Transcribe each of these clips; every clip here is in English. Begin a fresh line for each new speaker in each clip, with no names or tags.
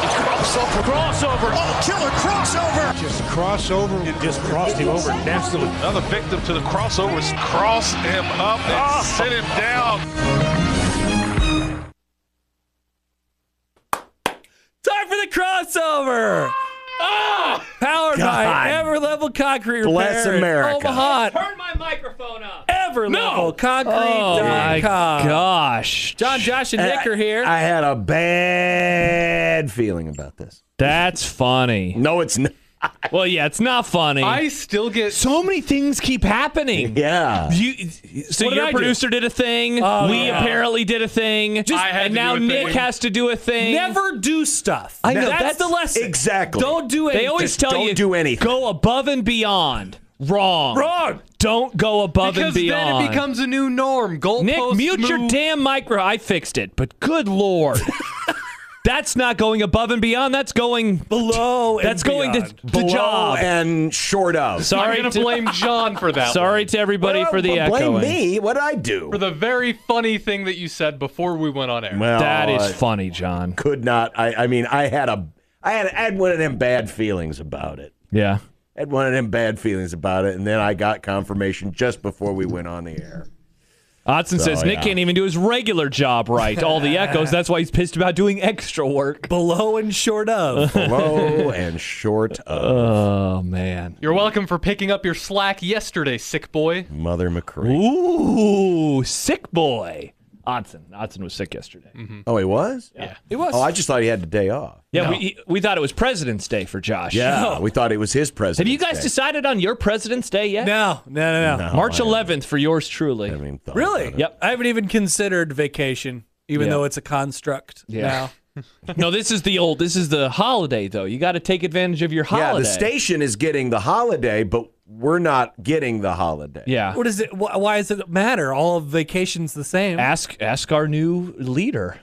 Russell. Crossover.
Oh, killer crossover.
Just crossover
and just crossed him over nastily.
Another victim to the crossovers. Cross him up and oh. sit him down.
Time for the crossover. Ah! Powered God. by Everlevel Concrete
Bless
Repair in
America.
Omaha.
Turn my microphone off.
Everlevelconcrete.com.
Oh my gosh.
John, Josh, and
I-
Nick are here.
I had a bad feeling about this.
That's funny.
No, it's not.
Well, yeah, it's not funny.
I still get
so many things keep happening.
Yeah.
You, so
What did
your
I do?
producer did a thing.
Oh,
we
yeah.
apparently did a thing.
Just-
I had
and
to
now
do a
Nick
thing.
has to do a thing.
Never do stuff.
I know,
That's,
that's-
the lesson.
exactly.
Don't do it.
They always tell
Don't
you
do anything.
Go above and beyond. Wrong.
wrong.
Don't go above
because
and beyond.
then it becomes a new norm. Goalposts
Nick, mute your
move.
damn micro. I fixed it, but good lord. That's not going above and beyond. That's going below.
and
That's going to
beyond.
the
Below
job.
and short of.
Sorry
I'm gonna
to
blame John for that.
Sorry to everybody for the
Well,
echoing.
Blame me. What did I do?
one. for the very funny thing that you said before we went on air.
well,
That is
I
funny, John.
could not. I, I mean, I had a, I had, I had one of them bad feelings about it.
Yeah.
I had one of them bad feelings about it, and then I got confirmation just before we went on the air.
Odson says Nick
yeah.
can't even do his regular job right. All the echoes. That's why he's pissed about doing extra work.
Below and short of.
Low and short of
Oh man.
You're welcome for picking up your slack yesterday, sick boy.
Mother McCree.
Ooh, sick boy. Odson. Odson was sick yesterday.
Oh, he was. Yeah,
it was.
Oh, I just thought he had the day off.
Yeah, we we thought it was President's Day for Josh.
Yeah, we thought it was his
Have
president.
you guys decided on your President's Day yet?
no, no, no, no.
March 11th for yours truly.
Really?
Yep.
I haven't even considered vacation, even
Yeah.
though it's a construct
Yeah.
now.
no, this is the old. This is the holiday though. You got to take advantage of your holiday.
Yeah, the station is getting the holiday, but we're not getting the holiday.
Yeah.
What is it? Wh- why does it matter? All of vacation's the same.
Ask ask our new leader.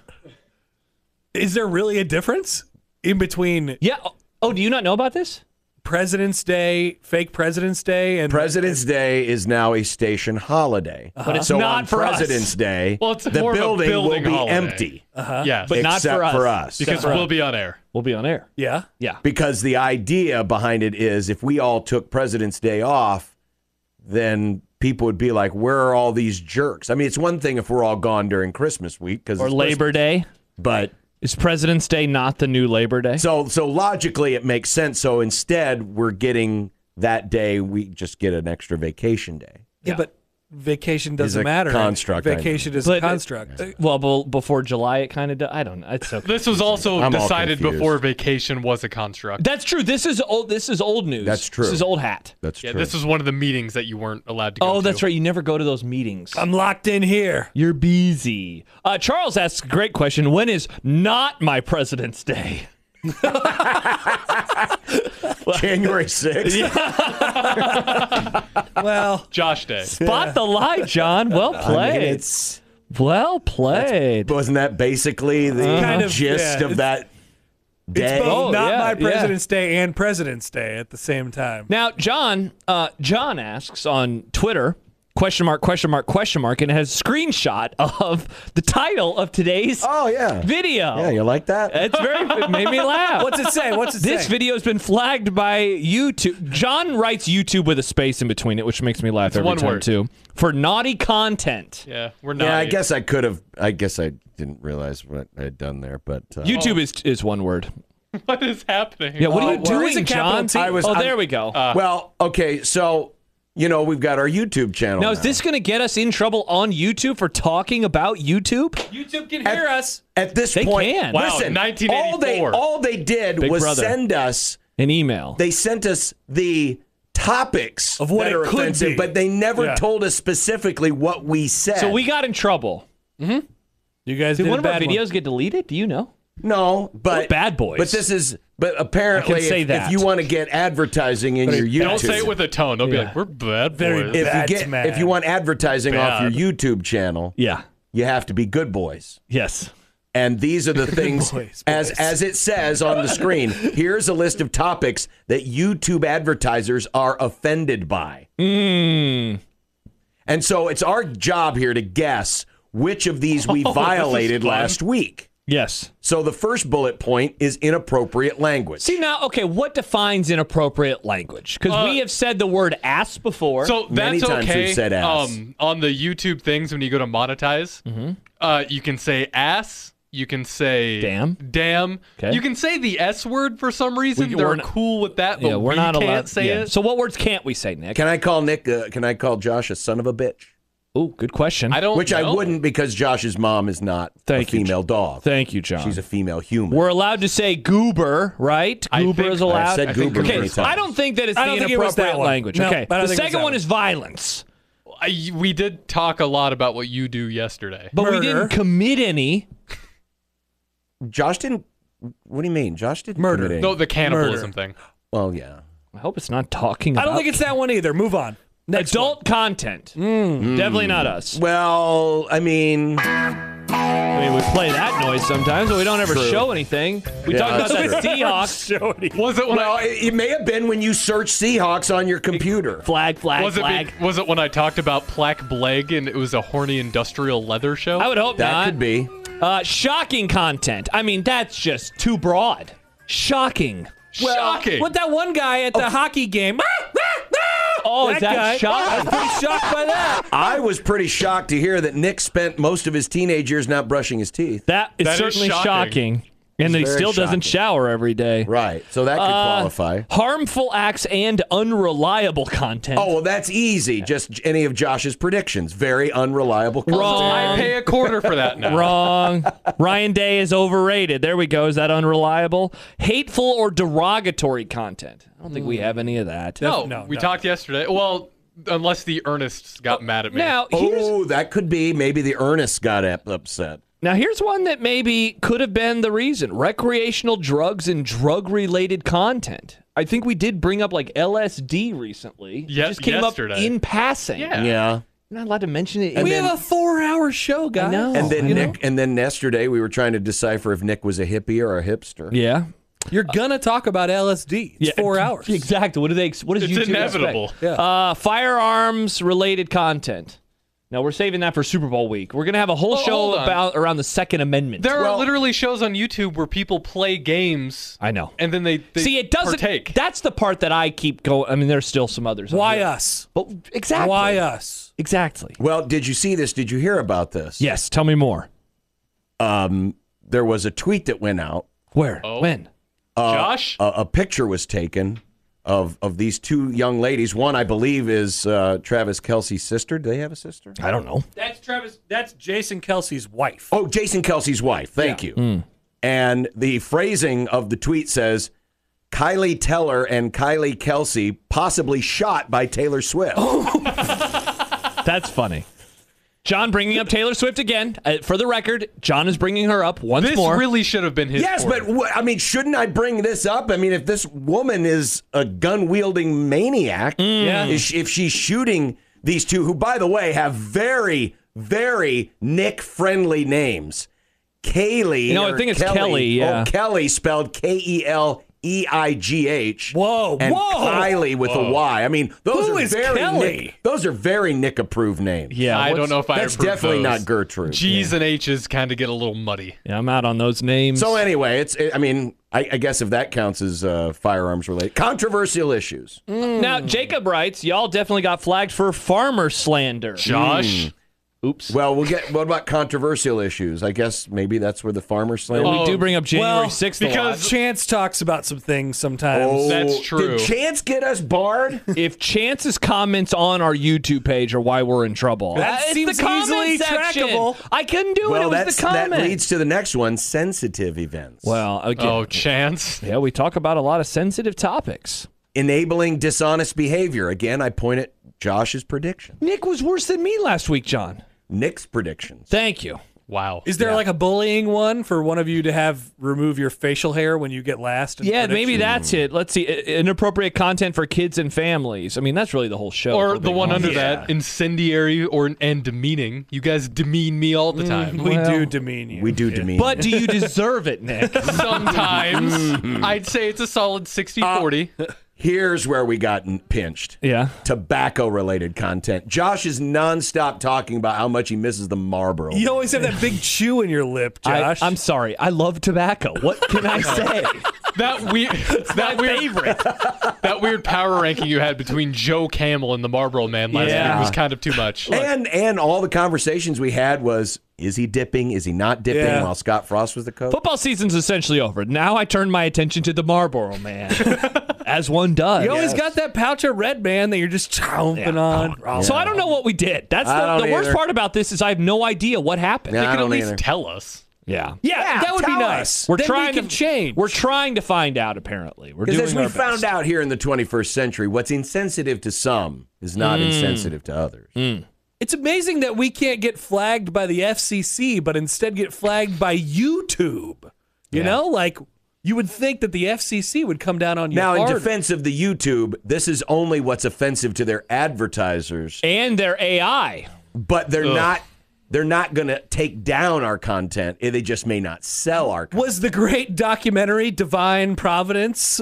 Is there really a difference in between
Yeah. Oh, do you not know about this?
President's Day, fake President's Day, and
President's Day is now a station holiday, but
it's
so
not
on
for us.
President's Day.
Well, it's
the
more of a
building,
building
will be
holiday.
empty
yes,
But not
except
for us.
for us.
because we'll be on air.
We'll be on air.
yeah,
Yeah.
because the idea behind it is if we all took President's Day off, then people would be like, "Where are all these jerks?" I mean, it's one thing if we're all gone during Christmas week because
Or Labor Day.
but
Is President's Day not the new Labor Day?
so so logically it makes sense. So instead, we're getting that day. We just get an extra vacation day.
yeah, but vacation
a
doesn't matter.
construct, I
Vacation is a
But-
construct.
Uh,
Uh,
well, be- before July, it kind of. Do- I don't know. It's okay.
This was also
I'm all
decided
confused.
before vacation was a construct.
That's true. This is old. This is old news.
That's true.
This is old hat.
That's
yeah, this was one of the meetings that you weren't allowed to go
Oh,
to.
that's right. You never go to those meetings.
Um,
I'm locked in here.
You're busy. Uh, Charles asks a great question. When is not my President's Day?
January 6th.
Well,
Josh Day.
Spot the lie, John. Well
I mean,
played.
it's
well played.
wasn't that basically the
Kind of,
gist
yeah,
of
it's-
that day?
it's both
Oh,
not
yeah,
my
yeah.
President's Day and President's Day at the same time.
Now, John. Uh, John asks on Twitter. Question mark, question mark, question mark, and it has a screenshot of the title of today's
oh yeah,
video.
yeah. You like that?
It's very it made me laugh.
What's it say? What's it
This
say?
video has been flagged by YouTube. John writes YouTube with a space in between it, which makes me laugh every
one
time
word.
too. For naughty content,
Yeah, we're not.
Yeah, I guess I could have. I guess I didn't realize what I had done there, but uh,
YouTube is is one word.
What is happening?
Yeah, what are you
Oh, where is
doing,
the capital
John?
T? I
was-
oh,
I-
there we go.
Uh, well, okay. So you know we've got our YouTube channel.
now, is this going to get us in trouble on YouTube for talking about YouTube?
YouTube can hear us.
at this
They
point?
can. Wow,
Listen, all they
1984.
all they did
Big
was
brother.
send us.
An email.
They sent us the topics
Of what
that
it
are
could
offensive,
be.
but they never
Yeah.
told us specifically what we said.
so we got in trouble.
You guys
Did
did
one
a
of our
bad
videos get deleted? Do you know?
no, but
Uh,
We're bad boys.
But this is. But apparently,
I can say
if,
that.
if you want to get advertising in your YouTube,
Don't say it with a tone. They'll be like, "We're bad
Very
boys."
bad.
if you
That's
get
mad.
if you want advertising off your YouTube channel,
Yeah.
you have to be good boys.
Yes.
And these are the things
boys,
as
boys.
as it says on the screen. Here's a list of topics that YouTube advertisers are offended by.
Hmm.
Oh,
And so it's our job here to guess which of these we violated last week.
Yes.
So the first bullet point is inappropriate language.
See now, okay, what defines inappropriate language? Because we have said the word ass before.
So that's
Many times we've
okay.
said ass.
Um, on the YouTube things, when you go to monetize,
Mm-hmm.
uh, you can say ass. You can say
Damn.
Damn.
'Kay.
You can say the S word for some reason.
We-
They're
we're not-
cool with that, but
yeah, we're
we
not
can't
allowed
say
yeah.
it.
So what words can't we say, Nick?
can I call Nick? Uh, can I call Josh a son of a bitch?
Oh, good question.
I don't.
Which I
know.
wouldn't because Josh's mom is not
Thank
a
you,
female dog.
Thank you, John.
She's a female human.
We're allowed to say goober, right?
I
Goober
think-
is
I
allowed.
said
I think
goober
okay,
many
it's-
times.
I don't think that it's
I
the
don't think it was that
inappropriate
one.
language.
No,
okay,
I don't
the
think it was
second
that
one
one.
is violence,
I, we did talk a lot about what you do yesterday.
but we
Murder.
didn't commit any.
Josh didn't. What do you mean? Josh didn't
Murder.
commit any-
No, the cannibalism
Murder.
thing.
Well, yeah.
I hope it's not talking.
I don't
about
think it's that one either. Move on. Next
adult content. Definitely not us.
Well, I mean,
I mean, we play that noise sometimes, but we don't ever
True.
show anything. We
Yeah,
talk about
that's
that
true.
Seahawks
Jody.
Was it when
well,
I,
it, it may have been when you searched Seahawks on your computer.
flag, flag,
was it,
flag.
be- was it when I talked about plaque bleg and it was a horny industrial leather show?
I would hope
That
not.
could be.
Uh, shocking content. I mean, that's just too broad. Shocking.
Shocking.
What that one guy at the hockey game?
Oh, is that
guy.
shocking?
I'm pretty shocked by that.
I was pretty shocked to hear that Nick spent most of his teenage years not brushing his teeth.
That is
That is
certainly shocking.
shocking.
And that he
very
still doesn't
shocking.
shower every day.
Right. So that could
Uh,
qualify.
Harmful acts and unreliable content.
Oh, well, that's easy. Just any of Josh's predictions. Very unreliable. content.
Wrong.
I pay a quarter for that now.
Wrong. Ryan Day is overrated. There we go. Is that unreliable? Hateful or derogatory content. I don't think we have any of that.
No,
No,
we
no.
talked yesterday. Well, unless the Ernest got mad at me.
Oh, Now here's
Oh, that could be. Maybe the Ernest got up- upset.
now here's one that maybe could have been the reason. Recreational drugs and drug related content. I think we did bring up like LSD recently. It
Ye-
just came up
yesterday.
in passing.
Yeah.
Yeah.
You're not allowed to mention it.
we
in-
have a four-hour show, guys.
know.
And then
You know?
Nick, and then yesterday we were trying to decipher if Nick was a hippie or a hipster.
yeah.
You're gonna talk about LSD. It's four hours.
Exactly. What do they? ex- What is
It's
YouTube expect?
inevitable.
Yeah.
Uh, firearms related content. No, we're saving that for Super Bowl week. We're gonna have a whole
Oh,
show
hold on.
about around the Second Amendment.
There are literally shows on YouTube where people play games
I know.
and then they, they
See, it doesn't.
partake.
That's the part that I keep going. I mean, there's still some others. on
Why
here.
us?
But exactly.
Why uh, us?
Exactly.
Well, did you see this? Did you hear about this?
Yes. Tell me more.
Um, there was a tweet that went out.
Where?
Oh.
When?
Josh?
Uh,
A, a picture was taken of of these two young ladies. One, I believe, is uh, Travis Kelsey's sister. Do they have a sister?
I don't know.
That's Travis. That's Jason Kelsey's wife.
Oh, Jason Kelsey's wife. Thank you. And the phrasing of the tweet says Kylie Teller and Kylie Kelsey possibly shot by Taylor Swift.
That's funny. John bringing up Taylor Swift again. Uh, for the record, John is bringing her up once
this
more.
really should have been his
Yes, but
quarter.
wh- I mean, shouldn't I bring this up? I mean, if this woman is a gun wielding maniac,
Yeah.
is she- if she's shooting these two, who, by the way, have very, very Nick friendly names Kaylee.
No, I
or
think it's Kelly, yeah.
Oh, Kelly spelled K E L E I G H.
Whoa,
And
whoa.
Kylie with a Y. I mean, those
Who
are
is
very
Kelly?
Nick, those are very Nick approved names.
yeah.
I
what's-
don't know if I
That's
approve
definitely
those.
not Gertrude.
G's and H's kind of get a little muddy.
Yeah, I'm out on those names.
So anyway, it's. I mean, I, I guess if that counts as uh, firearms related controversial issues,
Now, Jacob writes, y'all definitely got flagged for farmer slander.
Josh?
Oops.
well, we'll get. What about controversial issues? I guess maybe that's where the farmer slam.
we
Oh,
do bring up January
well,
6th
because-
Chance talks about some things sometimes.
Oh,
that's true.
Oh, Did Chance get us barred?
a lot. If Chance's comments on our YouTube page are why we're in trouble.
That
Uh, it's
seems
the comment
easily
section.
trackable.
I couldn't do it. It
well,
was
that's,
the
that
comment.
leads to the next one: sensitive events.
well, again,
Oh, Chance?
yeah, we talk about a lot of sensitive topics.
enabling dishonest behavior. Again, I point at Josh's prediction,
Nick was worse than me last week, John.
Nick's predictions.
Thank you.
Wow.
Is there like a bullying one for one of you to have remove your facial hair when you get last? in
Yeah, maybe
prediction?
that's it. Let's see. I- Inappropriate content for kids and families. I mean, that's really the whole show. if
or
we're
the
being
one
honest.
under that, incendiary or and demeaning. You guys demean me all the time.
we
Mm-hmm. Well,
do demean you.
We do demean.
But do you deserve it, Nick?
Sometimes I'd say it's a solid 60 40.
Here's where we got n- pinched.
Yeah.
Tobacco related content. Josh is nonstop talking about how much he misses the Marlboro.
You always have that big chew in your lip,
I,
Josh.
I'm sorry. I love tobacco. What can I say?
That weird, that weird favorite, that weird power ranking you had between Joe Camel and the Marlboro Man last
Yeah.
week was kind of too much.
And and all the conversations we had was is he dipping? Is he not dipping?
Yeah.
While Scott Frost was the coach.
Football season's essentially over. Now I turn my attention to the Marlboro Man, as one does.
you always got that pouch of red man that you're just chomping on.
So I don't know what we did. That's
I
the,
don't
the worst
either.
part about this is I have no idea what happened.
Yeah,
you
I
can at
don't
least
either.
tell us.
Yeah.
Yeah, that would be
tell
nice.
us.
We're
Then we
trying
can
to
change.
We're trying to find out. Apparently, we're
Because
doing
as we
our
found
best.
out here in the 21st century, what's insensitive to some is
Mm.
not insensitive to others.
It's amazing that we can't get flagged by the FCC, but instead get flagged by YouTube. You know, like you would think that the FCC would come down on you.
Now, in
harder.
defense of the YouTube, this is only what's offensive to their advertisers,
and their AI.
but they're not they're not going to take down our content. Eh, They just may not sell our. content.
was the great documentary Divine Providence.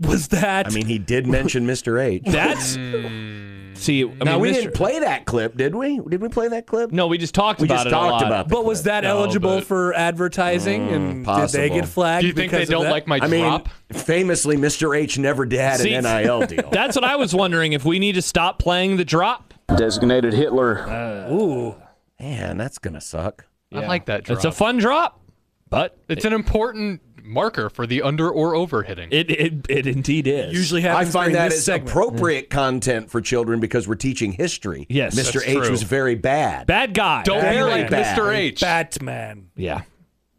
Was that?
I mean, he did mention Mr. H.
That's see. I
now
mean,
we
Mr.
didn't play that clip, did we? Did we play that clip?
No, we just talked
we
about
just
it.
talked
a lot.
about. The
but was
clip.
that eligible
but-
for advertising? and did they
possible.
get flagged?
Do you think they
because of
don't
that?
like my
I mean,
drop?
famously, Mr. H never did
See-
an NIL deal.
That's what I was wondering if we need to stop playing the drop.
designated Hitler
Ooh,
Man, that's gonna suck.
I like that drop.
It's a fun drop, but
It's an important marker for the under or over hitting.
it it, it indeed is.
usually
I
happens
find
during
that
this
as
segment.
appropriate content for children because we're teaching history.
Yes,
Mr.
that's
H
true.
was very bad,
bad guy.
don't be
Batman.
like Mr. H.
Batman.
Yeah.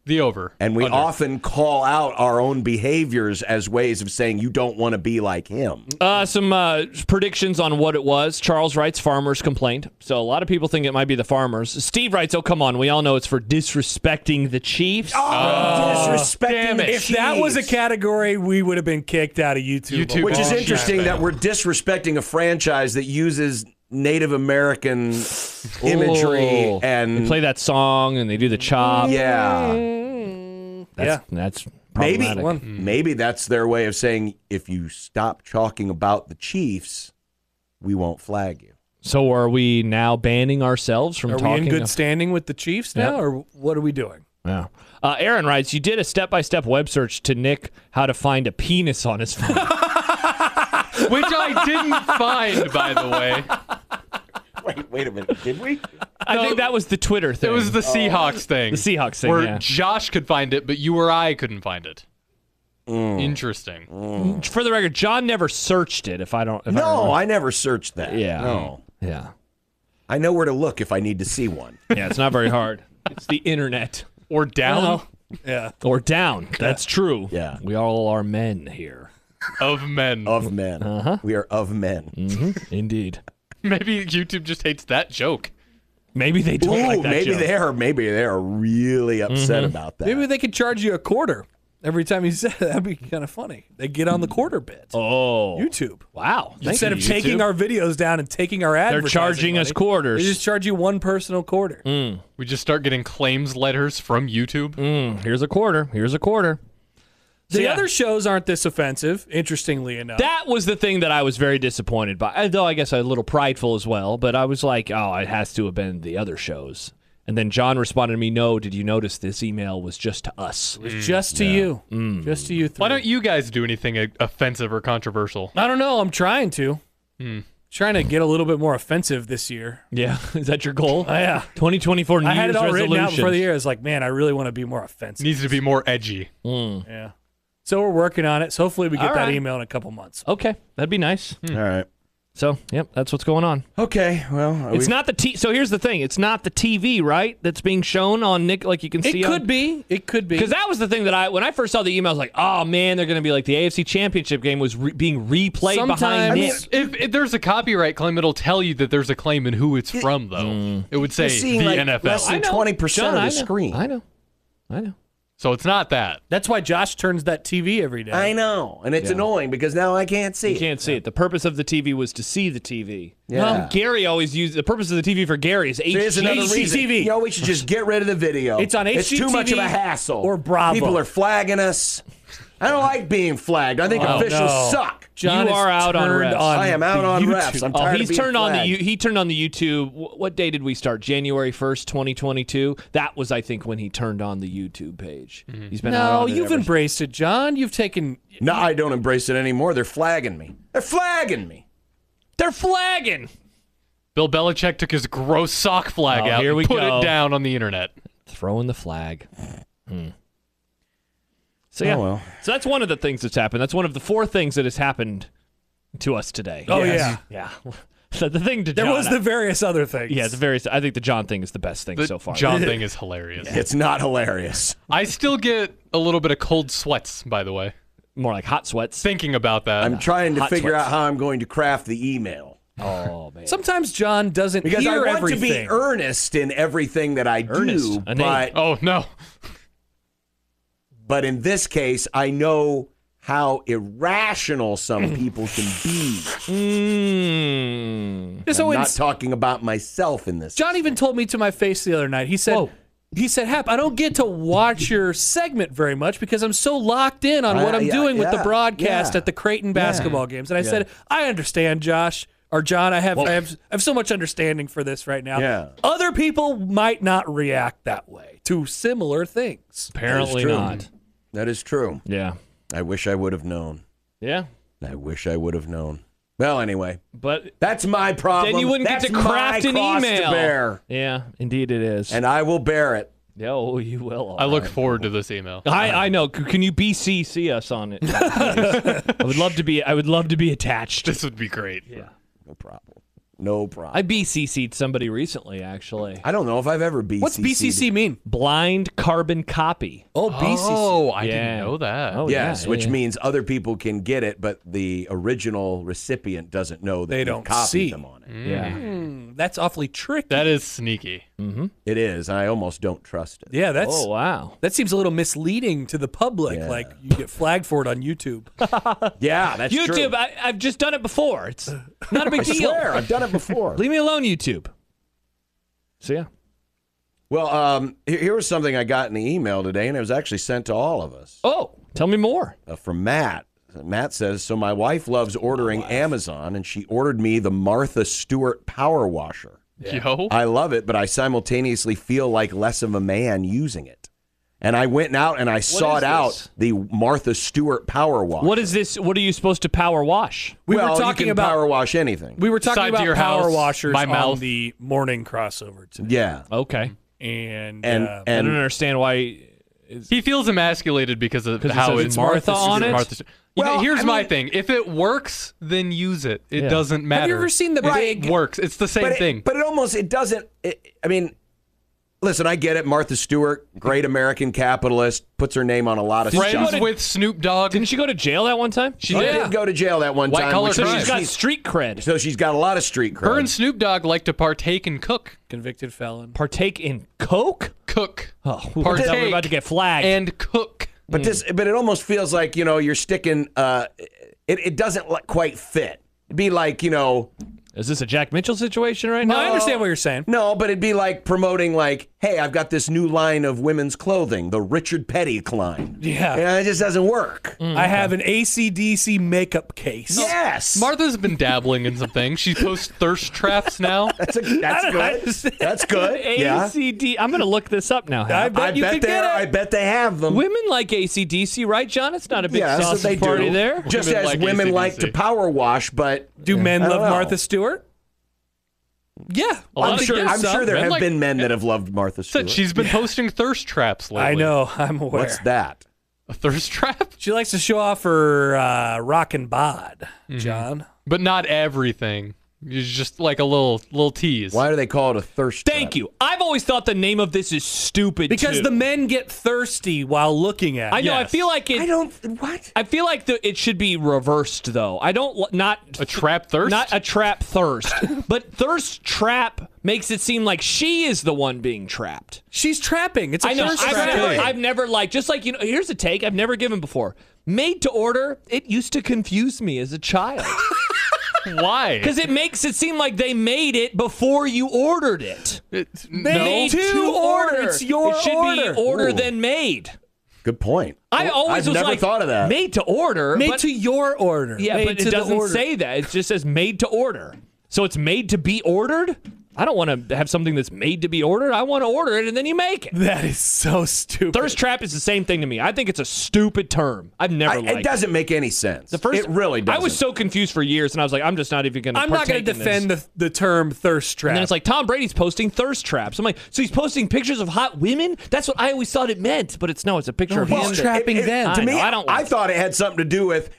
The over.
and we
Under.
often call out our own behaviors as ways of saying you don't want to be like him.
Uh, some uh, predictions on what it was. Charles writes, farmers complained. So a lot of people think it might be the farmers. Steve writes, oh, come on. We all know it's for disrespecting the Chiefs.
Oh. disrespecting
damn it.
the
If that was a
Chiefs.
category, we would have been kicked out of YouTube.
YouTube.
which is
Oh,
interesting
shit.
that we're disrespecting a franchise that uses Native American imagery
Oh. They
and
play that song and they do the chop.
yeah.
That's, That's
Maybe Mm.
problematic.
maybe that's their way of saying if you stop talking about the Chiefs, we won't flag you.
So are we now banning ourselves from
Are we
talking?
in good
of-
standing with the Chiefs now,
Yep.
or what are we doing?
Yeah. Uh, Aaron writes, you did a step-by-step web search to Nick how to find a penis on his phone.
Which I didn't find, by the way.
Wait, wait a minute. Did we?
I think that was the Twitter thing.
It was the Seahawks thing.
The Seahawks thing,
Where
yeah.
Josh could find it, but you or I couldn't find it. Interesting.
For the record, John never searched it. If I don't, if I
No,
remember.
I never searched that.
yeah,
No.
yeah,
I know where to look if I need to see one.
yeah. It's not very hard. it's the internet
Or down
Yeah.
or down. That's true.
Yeah.
we all are men here.
of men.
Of men. We are of men.
Mm. Mm-hmm. Indeed.
Maybe YouTube just hates that joke.
Maybe they don't
Ooh,
like that
maybe
joke.
they are maybe they are really upset about that.
Maybe they could charge you a quarter every time you said that. That'd be kind of funny. They get on the quarter bit.
Oh,
YouTube.
wow. Thank
Instead
you,
of taking
YouTube.
our videos down and taking our ads,
they're charging us quarters. Mm.
They just charge you one personal quarter.
We just start getting claims letters from YouTube.
Here's a quarter. Here's a quarter.
The
yeah.
other shows aren't this offensive, interestingly enough.
That was the thing that I was very disappointed by. Though I guess a little prideful as well, but I was like, oh, it has to have been the other shows. And then John responded to me, no, did you notice this email was just to us?
was just
Mm.
to you, just to you. Three.
Why don't you guys do anything uh, offensive or controversial?
I don't know. I'm trying to.
Mm.
Trying to get a little bit more offensive this year.
Yeah. Is that your goal?
yeah.
2024 New
I had it
Year's
all written out
resolution.
before the year. I was like, man, I really want to be more offensive.
Needs to be more edgy.
Yeah. So we're working on it. So hopefully we get
All
that
right.
email in a couple months.
Okay, that'd be nice.
All right.
So, yep, that's what's going on.
Okay. Well, are
It's
we-
not the T. So here's the thing: it's not the TV, right? That's being shown on Nick. Like you can see,
It could be. It could be.
Because that was the thing that I, when I first saw the email, I was like, "Oh man, they're going to be like the AFC Championship game was re- being replayed behind
Sometimes-
Nick."
If, if there's a copyright claim, it'll tell you that there's a claim and who it's from, though. It would say
seeing,
the
like,
NFL.
less than-
I know.
20% of
John,
the
I know.
screen.
I know, I know.
So it's not that.
That's why Josh turns that TV every day.
I know, and it's annoying because now I can't see.
You can't see it. The purpose of the TV was to see the TV.
Yeah.
Well, Gary always used the purpose of the TV for Gary is
There's another
HGTV.
reason. Yo, we should just get rid of the video.
It's on
It's too much of a
HGTV
hassle.
or Bravo.
People are flagging us. I don't like being flagged. I think officials
Oh, no.
suck.
John
you
is
are out on
turned
refs.
on
I am out
the
on
YouTube.
refs. I'm
Oh,
tired of
he's
being
turned on the
flagged.
U- he turned on the YouTube. Wh- What day did we start? January first, twenty twenty two. That was, I think, when he turned on the YouTube page. He's been out
Mm-hmm. No,
on it
you've
ever since.
embraced it, John. You've taken.
No, I don't embrace it anymore. They're flagging me. They're flagging me.
They're flagging.
Bill Belichick took his gross sock flag
Oh,
out
here we
and put
go.
it down on the internet.
throwing the flag. Hmm. So yeah,
Oh, well.
so that's one of the things that's happened. That's one of the four things that has happened to us today.
Oh yeah,
yeah. So the thing to
there
John,
was the various other things.
yeah the very. I think the John thing is the best thing
The
so far.
John thing is hilarious.
It's not hilarious.
I still get a little bit of cold sweats, by the way,
more like hot sweats.
thinking about that.
Uh,
I'm trying to
Hot
figure
sweats.
out how I'm going to craft the email
Oh man,
Sometimes John doesn't
because
hear
I want
everything.
to be earnest in everything that I do.
Earnest. I think-
But
oh no,
but in this case, I know how irrational some people can be. Hmm.
mm.
so
I'm not
ins-
talking about myself in this.
John even told me to my face the other night. He said,
Whoa.
"He said, Hap, I don't get to watch your segment very much because I'm so locked in on
I-
what I'm
yeah,
doing with the
yeah,
broadcast
yeah.
at the Creighton basketball games." And I said, "I understand, Josh." Or John, I have, I have I have so much understanding for this right now.
Yeah.
Other people might not react that way to similar things.
apparently
true.
not.
That is true.
Yeah,
I wish I would have known.
yeah.
I wish I would have known. Well, anyway,
But
that's my problem.
then you wouldn't
That's
get to craft
my
an
cross to
email.
bear,
Yeah, indeed it is.
and I will bear it.
oh, you will.
I look forward to this email.
I, I know. C- Can you BCC us on it? I would love to be. I would love to be attached.
This would be great.
No problem. No problem.
I BCC'd somebody recently, actually.
I don't know if I've ever BCC.
What's BCC mean?
Blind carbon copy.
Oh, BCC.
Oh, I
Yeah.
didn't know that.
Oh,
Yes,
yeah,
which
yeah.
means other people can get it, but the original recipient doesn't know that
They
you
don't
copied
see.
them on it.
yeah.
That's awfully tricky.
That is sneaky.
It is. I almost don't trust it.
yeah, that's
Oh wow.
that seems a little misleading to the public.
Yeah.
Like you get flagged for it on YouTube.
Yeah, that's true.
YouTube. I, I've just done it before. It's not a big
I
deal.
swear, I've done it before.
Leave me alone, YouTube. So yeah.
well, um, here, here was something I got in the email today, and it was actually sent to all of us
Oh, tell me more.
uh, from Matt. Matt says, "So my wife loves ordering Amazon, and she ordered me the Martha Stewart power washer.
Yo,
I love it, but I simultaneously feel like less of a man using it." And I went out and I sought
is
out
this?
the Martha Stewart power washer.
What is this? What are you supposed to power wash?
We
well,
were
you
talking
can
about
power wash anything.
we were talking
Side to
about
your
power
house,
washers
my
on
mouth.
the morning crossover today,
yeah,
Okay.
and
and
uh,
I don't
and
understand why.
he feels emasculated because of
'Cause it
how
says
it's
Martha on it?
Martha- You know,
Well,
here's
I
my
mean-
thing: if it works, then use it. It
Yeah.
doesn't matter.
have you ever seen the
It
big?
works. It's the same
but it,
thing.
but it almost it doesn't. It, I mean, listen, I get it. Martha Stewart, great American capitalist, puts her name on a lot of
Friends
stuff.
did-
with Snoop Dogg.
Didn't she go to jail that one time?
She
She
did.
did go to jail that one
White
time.
collar
which
So
crime.
means
she's got street cred.
so she's got a lot of street cred.
Her and Snoop Dogg like to partake and cook.
Convicted felon.
partake in coke?
Cook.
Oh, we thought we were about to get flagged.
and cook.
but this, but it almost feels like you know you're sticking. Uh, it it doesn't li- quite fit. It'd be like you know
Is this a Jack Mitchell situation right
No,
now?
I understand what you're saying.
no, but it'd be like promoting like, hey, I've got this new line of women's clothing, the Richard Petty line.
Yeah. Mm-hmm.
it just doesn't work.
Mm.
I have an ACDC makeup case.
Yes,
Martha's been dabbling in some things. She posts thirst traps now.
That's, a, that's good. That's good. Yeah.
ACD. I'm going to look this up now.
I
Hap.
bet you can
they
get it.
I bet they have them.
Women like ACDC, right, John? It's not a big
yeah, that's what
sausage
they
party
do.
there.
Just
Women
as
like
women
AC/DC.
like to power wash, but
Do men
I don't
love
know.
Martha Stewart? Yeah,
lot
I
of
think
sure-
there's
I'm
some.
sure there
Men
have
like-
been men that have loved Martha Stewart.
She's been posting thirst traps lately.
I know. I'm aware.
What's that?
A thirst trap?
She likes to show off her uh, rock and bod,
Mm-hmm.
John.
But not everything. It's just like a little little tease.
Why do they call it a thirst?
Thank you. I've always thought the name of this is stupid
Because
too.
the men get thirsty while looking at.
I know. I
Yes.
feel like it.
I don't. What?
I feel like the, it should be reversed though. I don't li- not
A trap thirst?
not a trap thirst, but thirst trap makes it seem like she is the one being trapped.
She's trapping. It's a
I know.
thirst
I've
trap.
never, I've never like just like you know. Here's a take I've never given before. Made to order. It used to confuse me as a child
Why?
because it makes it seem like they made it before you ordered it.
It's-
Made
no.
to order. It's your
it should
order.
be order than made.
Good point.
I always
I've
was
never
like,
thought of that.
Made to order.
Made
but-
to your order.
Yeah,
Made
but
to
it
the
doesn't
order.
say that. It just says made to order. So it's made to be ordered. I don't want to have something that's made to be ordered. I want to order it and then you make it.
That is so stupid.
Thirst trap is the same thing to me. I think it's a stupid term. I've never
I-
liked
it doesn't make any sense. The
First-
it really doesn't.
I was so confused for years, and I was like, I'm just not even going to.
I'm not going to defend the, the term thirst trap.
And then it's like Tom Brady's posting thirst traps. I'm like, so he's posting pictures of hot women? That's what I always thought it meant, but it's no, it's a picture of
he's
him. that-
trapped. trapping them.
To
I
me,
know,
I,
I don't
I
like
thought it had something to do with.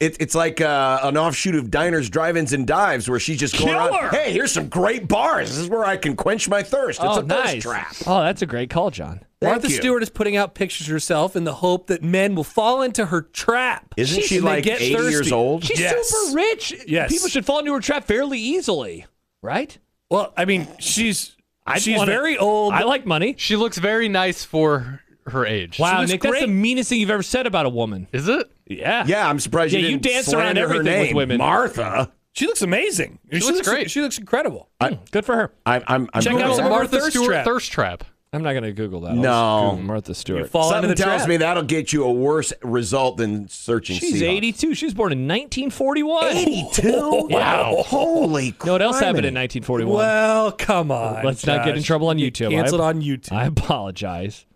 It, it's like uh, an offshoot of diners, drive-ins, and dives, where she's just going
Killer!
on. Hey, here's some great bars. This is where I can quench my thirst. It's
oh,
a thirst
nice.
trap.
Oh, that's a great call, John.
Martha
Thank you.
Stewart is putting out pictures of herself in the hope that men will fall into her trap.
Isn't
Jeez,
she
and they
like
get
80
thirsty.
years old?
She's
Yes.
super rich.
Yes.
People should fall into her trap fairly easily, right?
Well, I mean, she's
I
she's
wanna-
very old.
I like money.
She looks very nice for her age.
Wow,
looks
Nick, that's
great.
the meanest thing you've ever said about a woman.
Is it?
Yeah.
Yeah, I'm surprised
Yeah,
you
you
didn't
dance around
slander her
everything with
name.
women.
Martha.
she looks amazing. She,
looks great.
She looks incredible.
Good for her.
I'm, I'm, I'm
Check out
really-
some
Remember
more
Martha
thirst
Stewart
trap.
thirst trap.
I'm not going to Google that.
No.
I'll just Google Martha Stewart.
Fall into
Something
the
tells
trap.
me that'll get you a worse result than searching.
She's
Seahawks.
82. She was born in 1941.
82? Wow. Holy crap.
No, what else happened in 1941?
Well, come on.
Let's not get in
Josh.
trouble on
You
YouTube.
Canceled
I-
on YouTube.
I apologize.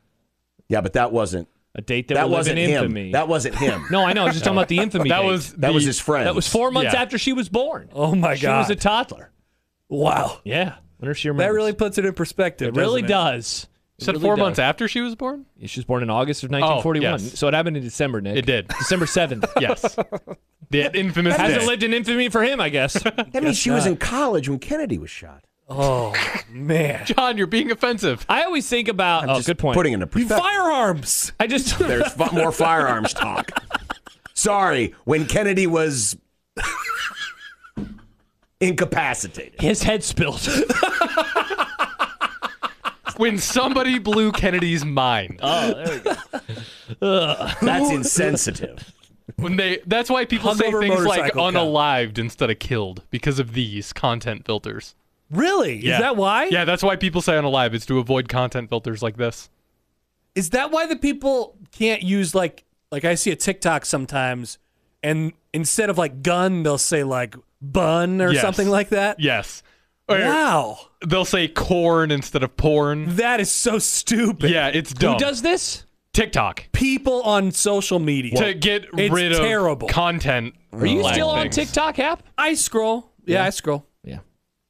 Yeah, but that wasn't.
A date that,
That
will live
wasn't
in
him.
infamy.
That wasn't him.
no, I know. I was just talking about the infamy.
That
date.
was
That was
the-
his friend.
that was four months
Yeah.
after she was born.
oh my
she was
god.
a toddler.
wow.
Yeah, wonder if she remembers.
That really puts it in perspective.
it really
doesn't
does. It
Said
really
four
does.
months after she was born.
Yeah, She was born in August of 1941.
Oh, yes.
So it happened in December, Nick.
It did.
December 7th.
Yes. the infamous.
Hasn't
day.
lived in infamy for him, I guess.
That means she was in college when Kennedy was shot.
it? Man.
John, you're being offensive.
I always think about. oh,
Just
good point.
Putting in a
You
perspective.
firearms.
I just
There's fi- more firearms talk. Sorry, when Kennedy was incapacitated.
his head spilled.
When somebody blew Kennedy's mind.
That's insensitive.
When they that's why people say
Hungover
things like
motorcycle count.
unalived instead of killed because of these content filters.
Really? Is that why?
Yeah, that's why people say unalive is to avoid content filters like this.
Is that why the people can't use like like I see a TikTok sometimes and instead of like gun they'll say like bun or
Yes.
something like that?
Yes. Or
Wow.
They'll say corn instead of porn.
That is so stupid.
Yeah, it's dumb.
Who does this?
TikTok
People on social media.
to get
It's
rid of
terrible.
content?
Are you
like
still on
things.
TikTok app?
I scroll. Yeah, I scroll.
Yeah.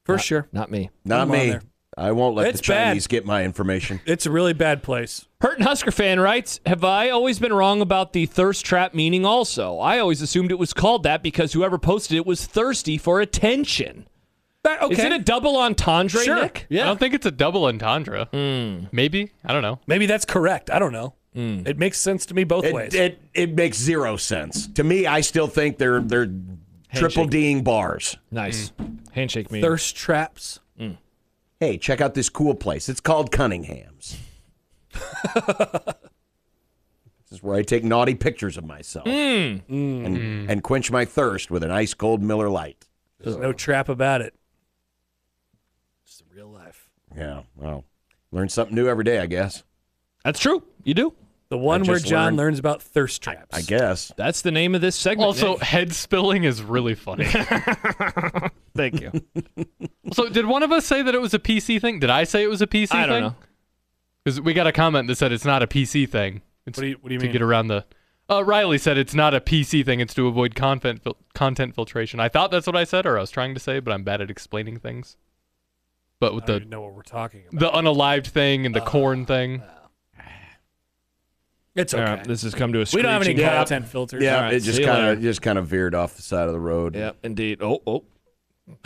For sure.
Not me.
Not
I'm on
me.
there.
I won't let
It's
the
bad.
Chinese get my information.
It's a really bad place.
Hurt and Husker fan writes, Have I always been wrong about the thirst trap meaning also? I always assumed it was called that because whoever posted it was thirsty for attention.
That- okay.
Is it a double entendre,
Sure.
Nick?
I don't think it's a double entendre. Maybe I don't know.
Maybe that's correct. I don't know.
Hmm.
It makes sense to me both ways.
It, it it makes zero sense. To me, I still think they're they're triple D'ing bars.
Nice. Mm. Handshake me.
Thirst traps.
Hey, check out this cool place. It's called Cunningham's. this is where I take naughty pictures of myself
Hmm.
And, and quench my thirst with an ice cold Miller Light.
There's no trap about it. It's real life.
Yeah, well, learn something new every day, I guess.
That's true. You do.
The one where
just
John
learned-
learns about thirst traps.
I guess.
That's the name of this segment.
Also,
Nick.
head spilling is really funny.
thank you.
so, did one of us say that it was a PC thing? Did I say it was a PC thing?
I don't know.
Because we got a comment that said it's not a PC thing. It's
What do you- what do you
to
mean?
get around the. Uh, Riley said it's not a PC thing. It's to avoid content fil- content filtration. I thought that's what I said, or I was trying to say, but I'm bad at explaining things. But with
I don't
the
even know what we're talking about.
the unalived thing
Ah.
and the corn thing,
It's okay.
All right, this has come to a
we
screeching
don't have any
halt.
content filters.
Yeah,
All right,
it just
see you
kind
later.
of just kind of veered off the side of the road.
Yep, indeed. Oh, oh.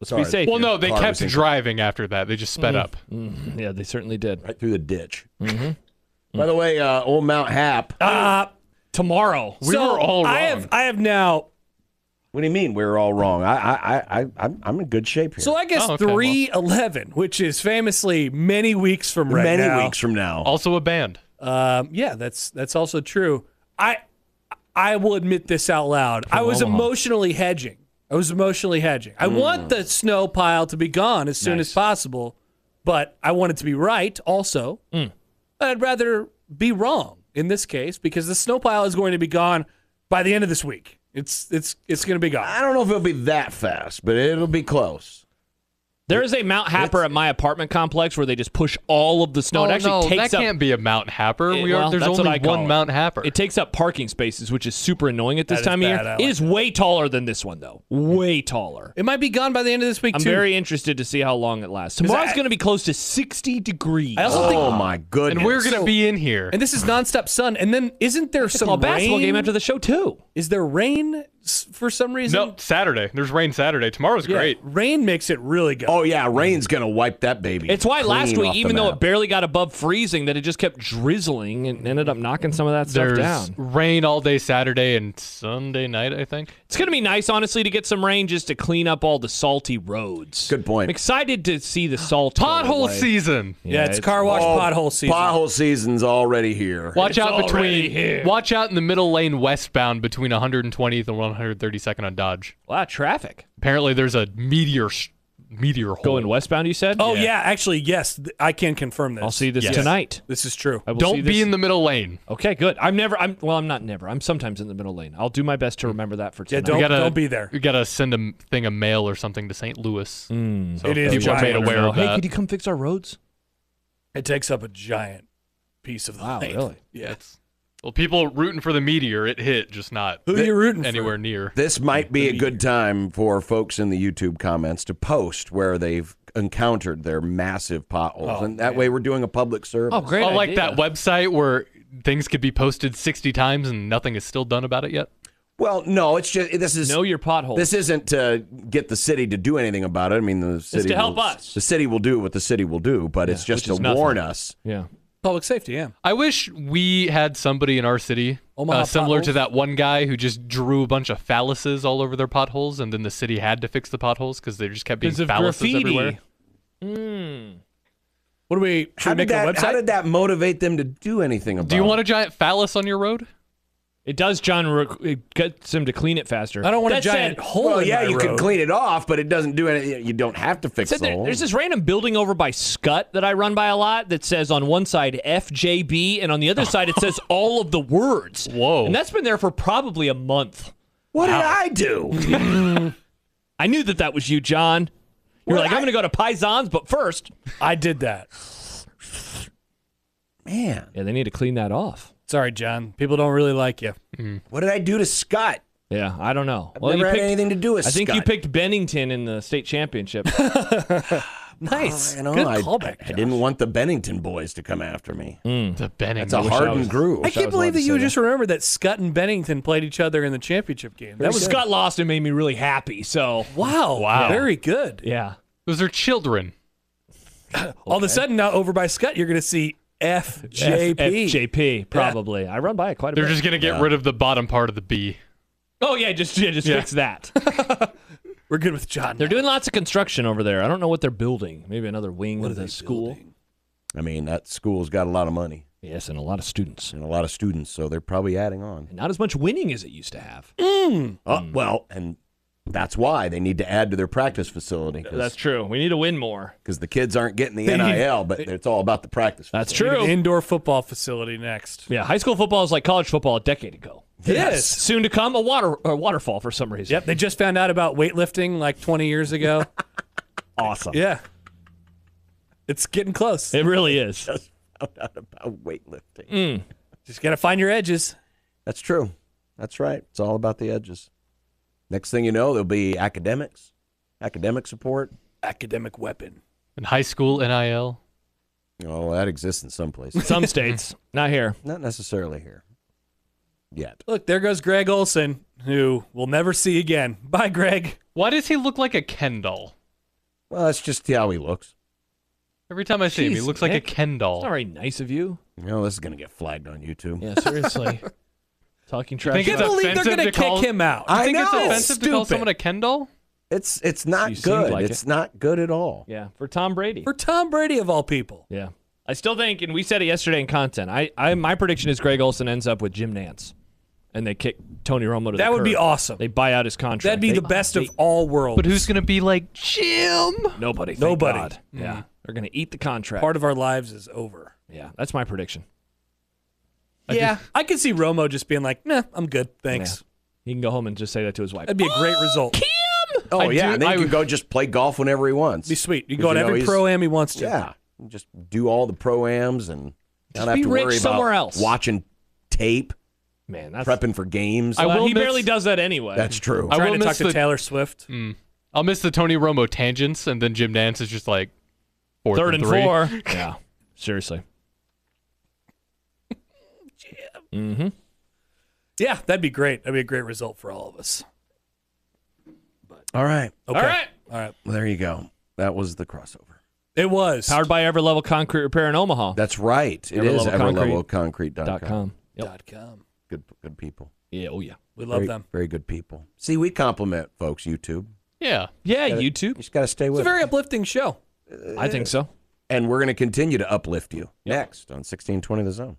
Let's
Sorry.
be safe.
well,
here.
no, they
Car was
kept
in-
driving after that. They just sped up.
Mm-hmm. Yeah, they certainly did.
right through the ditch.
Mm-hmm.
By the way, uh, old Mount Hap.
Ah.
Uh,
Tomorrow.
We
so
were all
I
wrong.
have I have now
What do you mean we're all wrong? I I I, I I'm, I'm in good shape here.
so I guess
Oh, okay, well.
311, which is famously many weeks from right
Many
now.
weeks from now.
Also, a band.
Um, yeah, that's that's also true. I I will admit this out loud. I was emotionally hedging. I was emotionally hedging. I want the snow pile to be gone as soon as possible, but I want it to be right also. I'd rather be wrong in this case because the snowpile is going to be gone by the end of this week. It's it's it's going to be gone.
I don't know if it'll be that fast, but it'll be close.
There is a Mount Happer at my apartment complex where they just push all of the snow.
oh,
it actually
no,
takes
that
up.
can't be a Mount Happer.
It-
we are,
well,
there's
that's what I
only
call
one
it.
Mount Happer.
It takes up parking spaces, which is super annoying at this
That is
time of year.
bad. I
it
like
is way taller than this one, though. Way taller.
It might be gone by the end of this week
I'm
too.
very interested to see how long it lasts. Tomorrow's
I-
going to be close to 60 degrees.
I also think
Oh my goodness!
and we're gonna be in here.
and this is nonstop sun. And then isn't there some
call a basketball
rain?
game after the show too.
Is there rain s- for some reason?
no, Saturday. There's rain Saturday. Tomorrow's
Yeah,
great.
Rain makes it really good.
Oh yeah, rain's gonna wipe that baby.
It's why
clean
last week,
off the
even though it
map.
barely got above freezing, that it just kept drizzling and ended up knocking some of that stuff
There's
down.
rain all day Saturday and Sunday night, I think.
It's going to be nice, honestly, to get some rain just to clean up all the salty roads.
Good point.
I'm excited to see the salt. go
Pothole
away.
season.
yeah, it's, car wash
Oh,
pothole season.
Pothole season's already here.
Watch
It's
out
already
between
here.
watch out in the middle lane westbound between 120th and 132nd on Dodge.
Wow, traffic.
Apparently there's a meteor sh- meteor hole.
Going westbound, you said?
Oh yeah. actually yes, th- I can confirm this.
I'll see this
Yes.
tonight.
This is true.
I will see
Don't
this-
be in the middle lane.
Okay, good. I'm never. I'm well. I'm not never. I'm sometimes in the middle lane. I'll do my best to remember that for
Yeah,
tonight.
Don't-
you gotta,
don't be there.
You gotta send a m- thing a mail or something to St. Louis. So
It is
people are
giant.
made aware of
hey,
that.
could you come fix our roads?
It takes up a giant piece of the
Wow,
lane.
really?
Yeah.
well, people rooting for the meteor. It hit, just not
Who are you rooting for?
anywhere near.
This might be a good time for folks in the YouTube comments to post where they've encountered their massive potholes, and that way we're doing a public service.
Oh, great!
I like
idea.
that website where things could be posted 60 times and nothing is still done about it yet.
Well, no, it's just this is
Know your pothole.
This isn't to get the city to do anything about it. I mean, the city
to help
will,
us.
The city will do what the city will do, but it's just
which
to
is nothing.
warn us.
yeah.
Public safety, yeah.
I wish we had somebody in our city
Omaha
uh, similar to
potholes?
that one guy who just drew a bunch of phalluses all over their potholes, and then the city had to fix the potholes because they just kept being
Because of
phalluses
graffiti. Hmm.
everywhere.
What do we should
How
we
did,
make a
that,
website?
how did that motivate them to do anything about it?
Do you want a giant phallus on your road?
It does, John. rec- It gets him to clean it faster.
I don't want a
That
giant
said-
hole
Well,
in
yeah,
my
you
road.
can clean it off, but it doesn't do anything. You don't have to fix
said
the
there-
hole.
there's this random building over by Scott that I run by a lot that says on one side FJB and on the other side it says all of the words.
Whoa.
And that's been there for probably a month.
what did I do?
I knew that that was you, John. You're
Well,
like, I- am
I-
going to go to Pisons, but first.
I did that.
Man,
Yeah, they need to clean that off.
Sorry, John. People don't really like you.
what did I do to Scott?
Yeah, I don't know.
I've never had anything to do with
I think
Scott.
you picked Bennington in the state championship.
Nice.
You know,
Good
I,
callback. Mm,
I didn't want the Bennington boys to come after me.
The Benning.
It's a hardened groove.
I can't
was
believe
allowed
that
to
you
say
just remembered that Scott and Bennington played each other in the championship game. That
that
was
was Scott lost and made me really happy. So
wow, wow, very good.
yeah,
Those are children.
All of a sudden, now over by Scott, you're going to see FJP.
JP probably. I run by it quite a
They're
bit.
just gonna get rid of the bottom part of the B.
oh yeah, just yeah, just fix that.
We're good with John.
They're doing lots of construction over there. I don't know what they're building. Maybe another wing of the school.
I mean, that school's got a lot of money
Yes, and a lot of students.
and a lot of students, so they're probably adding on.
And not as much winning as it used to have.
Uh,
Mm.
well, and that's why they need to add to their practice facility because
true. We need to win more.
the kids aren't getting the
They need-
NIL, but it's all about the practice.
That's
Need an
true.
indoor football facility next.
Yeah, high school football is like college football a decade ago.
Yes.
Soon to come, a water a waterfall for some reason.
Yep. They just found out about weightlifting like 20 years ago.
awesome.
yeah. It's getting close.
It really is.
Not about weightlifting.
Just got to find your edges.
That's true. That's right. It's all about the edges. Next thing you know, there'll be academics, academic support.
Academic weapon.
In high school NIL.
Oh, that exists in some places.
Some states, not here.
Not necessarily here yet.
Look, there goes Greg Olson, who we'll never see again. Bye, Greg.
Why does he look like a Ken doll?
Well, that's just how he looks.
Every time I see him, he
Jeez,
looks like
Nick.
a Ken doll.
It's not very nice of you.
You know, this is going to get flagged on YouTube.
Yeah, seriously. Talking trash.
Think
Can't
it's
about-
a-
believe they're
offensive
going to
to
kick
call-
him out.
I
think it's
know.
offensive to call
Stupid.
someone a Ken doll?
It's it's not
You seemed
good.
like
it's not good at all.
yeah, for Tom Brady.
for Tom Brady of all people.
yeah. I still think, and we said it yesterday in content. I, I my prediction is Greg Olson ends up with Jim Nance, and they kick Tony Romo to the
That would be
curb.
awesome.
They buy out his contract.
That'd be
They-
the best
they-
of all worlds.
But who's gonna be like Jim?
Nobody. thank
Nobody. Mm.
God. Yeah. They're going to eat the contract.
part of our lives is over?
Yeah, that's my prediction.
yeah, I could see Romo just being like, "Nah, I'm good, thanks."
He can go home and just say that to his wife.
That'd be a great result.
Oh
I
yeah,
do-
and then
I-
you can go just play golf whenever he wants.
Be sweet. You
'Cause,
can go to
you know,
every
he's-
pro am he wants to.
Yeah, just do all the proams and
Just
not have
be
to
rich
worry
somewhere
about
else.
watching tape,
Man, that's
prepping for games.
I
well,
will
he
miss-
barely does that anyway.
That's true.
I
Trying
will
to talk
miss
to
the- Mm.
Taylor Swift.
I'll miss the Tony Romo tangents, and then Jim Nance is just like fourth
Third and
three.
four. yeah, seriously.
Yeah, that'd be great. That'd be a great result for all of us.
all right,
Okay.
All right.
All right.
well, there you go. That was the crossover.
It was.
Powered by Everlevel Concrete Repair in Omaha.
That's right. It is
dot
everlevelconcrete.com.
com. Yep.
dot com.
Good, good people.
Yeah. Oh yeah.
We love
very,
them.
Very good people. See, we compliment folks. YouTube.
Yeah.
Yeah.
You
YouTube.
just got to stay
It's a
with.
very
it.
uplifting show.
I think so.
And we're going to continue to uplift you next on sixteen twenty the zone.